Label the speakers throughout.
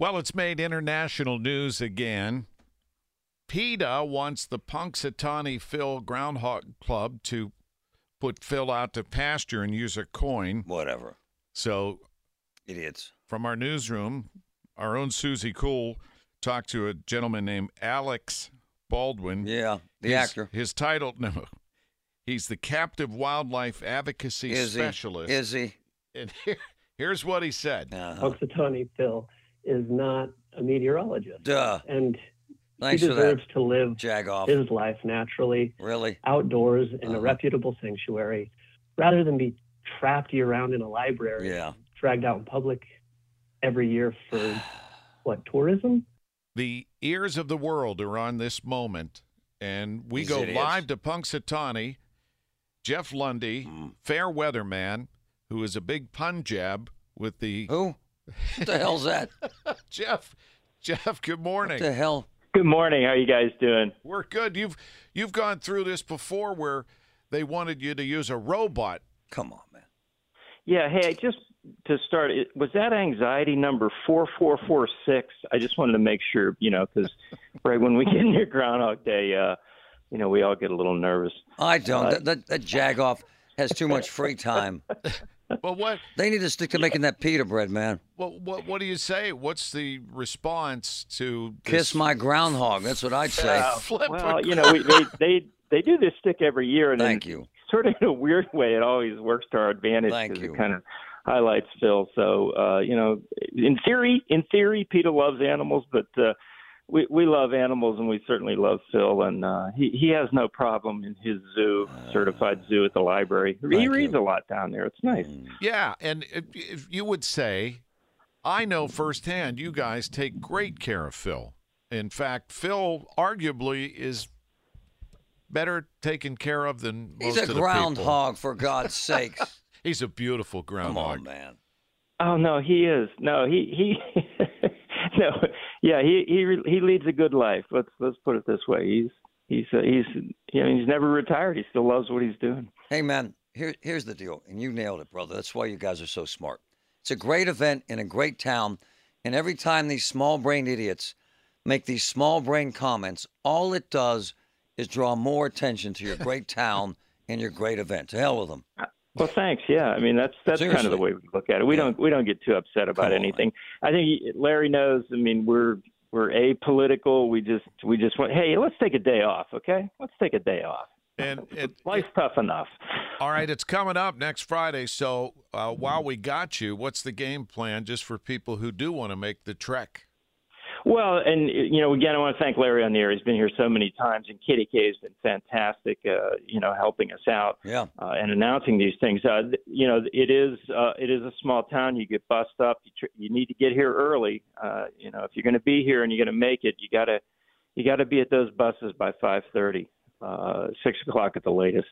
Speaker 1: Well, it's made international news again. PETA wants the Punxsutawney Phil Groundhog Club to put Phil out to pasture and use a coin.
Speaker 2: Whatever.
Speaker 1: So,
Speaker 2: Idiots.
Speaker 1: from our newsroom, our own Susie Cool talked to a gentleman named Alex Baldwin.
Speaker 2: Yeah. The
Speaker 1: His-
Speaker 2: actor.
Speaker 1: His title, no, he's the captive wildlife advocacy
Speaker 2: Is he?
Speaker 1: specialist.
Speaker 2: Is he?
Speaker 1: and here, here's what he said.
Speaker 2: Uh-huh.
Speaker 3: Punxsutawney Phil is not a meteorologist,
Speaker 2: Duh.
Speaker 3: and
Speaker 2: Thanks
Speaker 3: he
Speaker 2: for that,
Speaker 3: deserves to live
Speaker 2: Jagoff.
Speaker 3: his life naturally
Speaker 2: Really?
Speaker 3: outdoors in
Speaker 2: Uh-huh.
Speaker 3: a reputable sanctuary, rather than be trapped year round in a library,
Speaker 2: Yeah.
Speaker 3: dragged out in public every year for what tourism?
Speaker 1: The ears of the world are on this moment, and we
Speaker 2: These
Speaker 1: go
Speaker 2: idiots.
Speaker 1: live to Punxsutawney. Jeff Lundy,
Speaker 2: Hmm.
Speaker 1: fair weatherman, who is a big Punjab with the
Speaker 2: Who? What the hell's that?
Speaker 1: Jeff. Jeff, good
Speaker 2: What
Speaker 1: morning.
Speaker 2: the hell?
Speaker 4: Good morning. How you guys doing?
Speaker 1: We're good. You've you've gone through this before, where they wanted you to use a robot.
Speaker 2: Come on, man.
Speaker 4: Yeah. Hey, just to start, it- was that anxiety number four four four six? I just wanted to make sure, you know, because right when we get near Groundhog Day, uh, you know, we all get a little nervous.
Speaker 2: I don't.
Speaker 3: Uh,
Speaker 2: that, that, that Jagoff has too much free time.
Speaker 1: But what
Speaker 2: They need to stick to making that pita bread, man.
Speaker 1: what what, what do you say? What's the response to
Speaker 2: Kiss my groundhog. That's what I'd say.
Speaker 1: flip?
Speaker 4: Well, you know, we, they they they do this stick every year, and
Speaker 2: Thank
Speaker 4: in,
Speaker 2: you.
Speaker 4: sort of in a weird way, it always works to our advantage
Speaker 2: Thank
Speaker 4: because
Speaker 2: you.
Speaker 4: it kind of highlights Phil. So, uh, you know, in theory, in theory, Peter loves animals, but uh, we we love animals, and we certainly love Phil, and uh, he he has no problem in his zoo, certified zoo at the library. He
Speaker 2: Uh, thank
Speaker 4: reads
Speaker 2: you. Hmm.
Speaker 4: a lot down there. It's nice.
Speaker 1: Yeah, and if, if you would say, I know firsthand, you guys take great care of Phil. In fact, Phil arguably is better taken care of than most
Speaker 2: He's
Speaker 1: of
Speaker 2: a
Speaker 1: the people.
Speaker 2: groundhog, for God's sakes.
Speaker 1: He's a beautiful groundhog.
Speaker 2: Come on, man.
Speaker 4: Oh no, he is. No, he he. no, yeah, he he he leads a good life. Let's let's put it this way. He's he's uh, he's you know, he's never retired. He still loves what he's doing.
Speaker 2: Hey, man, here, here's the deal. And you nailed it, brother. That's why you guys are so smart. It's a great event in a great town. And every time these small brained idiots make these small brain comments, all it does is draw more attention to your great town and your great event. To hell with them.
Speaker 4: Well, thanks. Yeah, I mean that's that's kind of the
Speaker 2: Seriously.
Speaker 4: way we look at it. We
Speaker 2: Yeah.
Speaker 4: don't we don't get too upset
Speaker 2: Come on,
Speaker 4: about anything. I think Larry knows. I mean, we're we're apolitical. We just we just want. Hey, let's take a day off, okay? Let's take a day off.
Speaker 1: And, and
Speaker 4: Life's tough enough.
Speaker 1: all right, it's coming up next Friday. So uh, while we got you, what's the game plan just for people who do want to make the trek?
Speaker 4: Well, and you know, again, I want to thank Larry on the air. He's been here so many times, and Kitty K has been fantastic. Uh, you know, helping us out.
Speaker 2: Yeah.
Speaker 4: uh, and announcing these things. Uh, th- you know, it is uh, it is a small town. You get bussed up. You, tr- you need to get here early. Uh, you know, if you're going to be here and you're going to make it, you gotta you gotta be at those buses by five thirty, uh, six o'clock at the latest.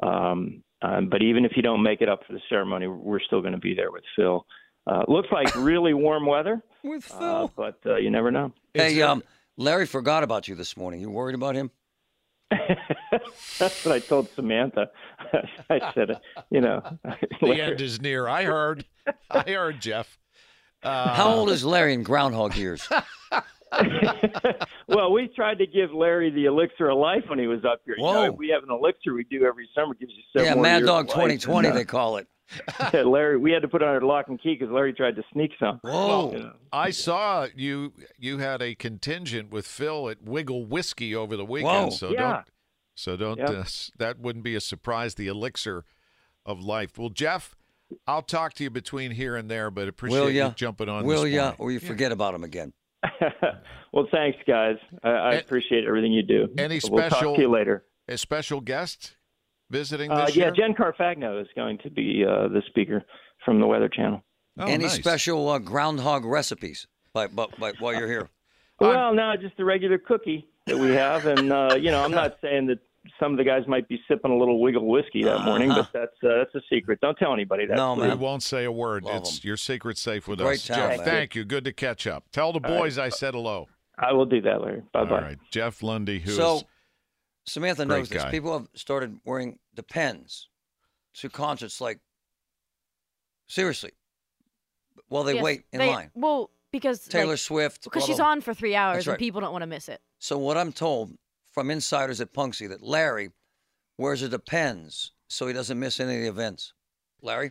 Speaker 4: Um, um, but even if you don't make it up for the ceremony, we're still going to be there with Phil. Uh, looks like really warm weather,
Speaker 2: With
Speaker 4: uh, but uh, you never know.
Speaker 2: hey, um, Larry forgot about you this morning. You worried about him?
Speaker 4: That's what I told Samantha. I said, you know,
Speaker 1: The end is near. I heard. I heard, Jeff.
Speaker 4: Uh-huh.
Speaker 1: Uh,
Speaker 2: How old is Larry in groundhog years?
Speaker 4: well, we tried to give Larry the elixir of life when he was up here. You
Speaker 2: Whoa.
Speaker 4: know, we have an elixir we do every summer. Gives you seven
Speaker 2: yeah,
Speaker 4: more
Speaker 2: Mad
Speaker 4: years
Speaker 2: Dog
Speaker 4: of life.
Speaker 2: 2020, they
Speaker 4: And,
Speaker 2: call it.
Speaker 4: uh, yeah, Larry, we had to put it under lock and key because Larry tried to sneak some.
Speaker 2: Whoa.
Speaker 4: You know.
Speaker 1: I saw you you had a contingent with Phil at Wiggle Whiskey over the weekend.
Speaker 2: Whoa.
Speaker 1: So
Speaker 4: Yeah.
Speaker 1: don't so don't
Speaker 4: Yep.
Speaker 1: uh, s- that wouldn't be a surprise. The elixir of life. Well, Jeff, I'll talk to you between here and there, but appreciate
Speaker 2: Will
Speaker 1: you
Speaker 2: ya?
Speaker 1: jumping on.
Speaker 2: Will
Speaker 1: this
Speaker 2: ya?
Speaker 1: morning.
Speaker 2: Or you forget about him again?
Speaker 4: well, thanks, guys. I, I
Speaker 1: A-
Speaker 4: appreciate everything you do.
Speaker 1: any
Speaker 4: we'll
Speaker 1: special-
Speaker 4: talk to you later.
Speaker 1: A special guest visiting
Speaker 4: Uh,
Speaker 1: this
Speaker 4: yeah,
Speaker 1: year.
Speaker 4: Jen Carfagno is going to be uh, the speaker from the Weather Channel.
Speaker 1: Oh,
Speaker 2: Any
Speaker 1: nice.
Speaker 2: special uh, groundhog recipes? But but but while you're here,
Speaker 4: Well, no, just the regular cookie that we have, and uh, you know, I'm not saying that some of the guys might be sipping a little wiggle whiskey that morning, but that's uh, that's a secret. Don't tell anybody that.
Speaker 2: no
Speaker 1: We
Speaker 2: man,
Speaker 1: won't say a word.
Speaker 2: Love
Speaker 1: it's
Speaker 2: 'em.
Speaker 1: your secret's safe with
Speaker 2: Great
Speaker 1: us.
Speaker 2: town,
Speaker 1: Jeff,
Speaker 2: man.
Speaker 1: thank you. Good to catch up. Tell the boys I said hello.
Speaker 4: I will do that, Larry. Bye
Speaker 1: All
Speaker 4: bye.
Speaker 1: right, Jeff Lundy, who's
Speaker 2: so Samantha
Speaker 1: Great
Speaker 2: knows this.
Speaker 1: guy.
Speaker 2: People have started wearing the pens to concerts. Like seriously, while they
Speaker 5: Yes,
Speaker 2: wait in
Speaker 5: they-
Speaker 2: line.
Speaker 5: Well, because like,
Speaker 2: Taylor Swift,
Speaker 5: because
Speaker 2: blah,
Speaker 5: she's
Speaker 2: blah, blah.
Speaker 5: on for three hours
Speaker 2: right.
Speaker 5: and people don't want to miss it.
Speaker 2: So what I'm told from insiders at Punksy that Larry wears a Depends so he doesn't miss any of the events. Larry,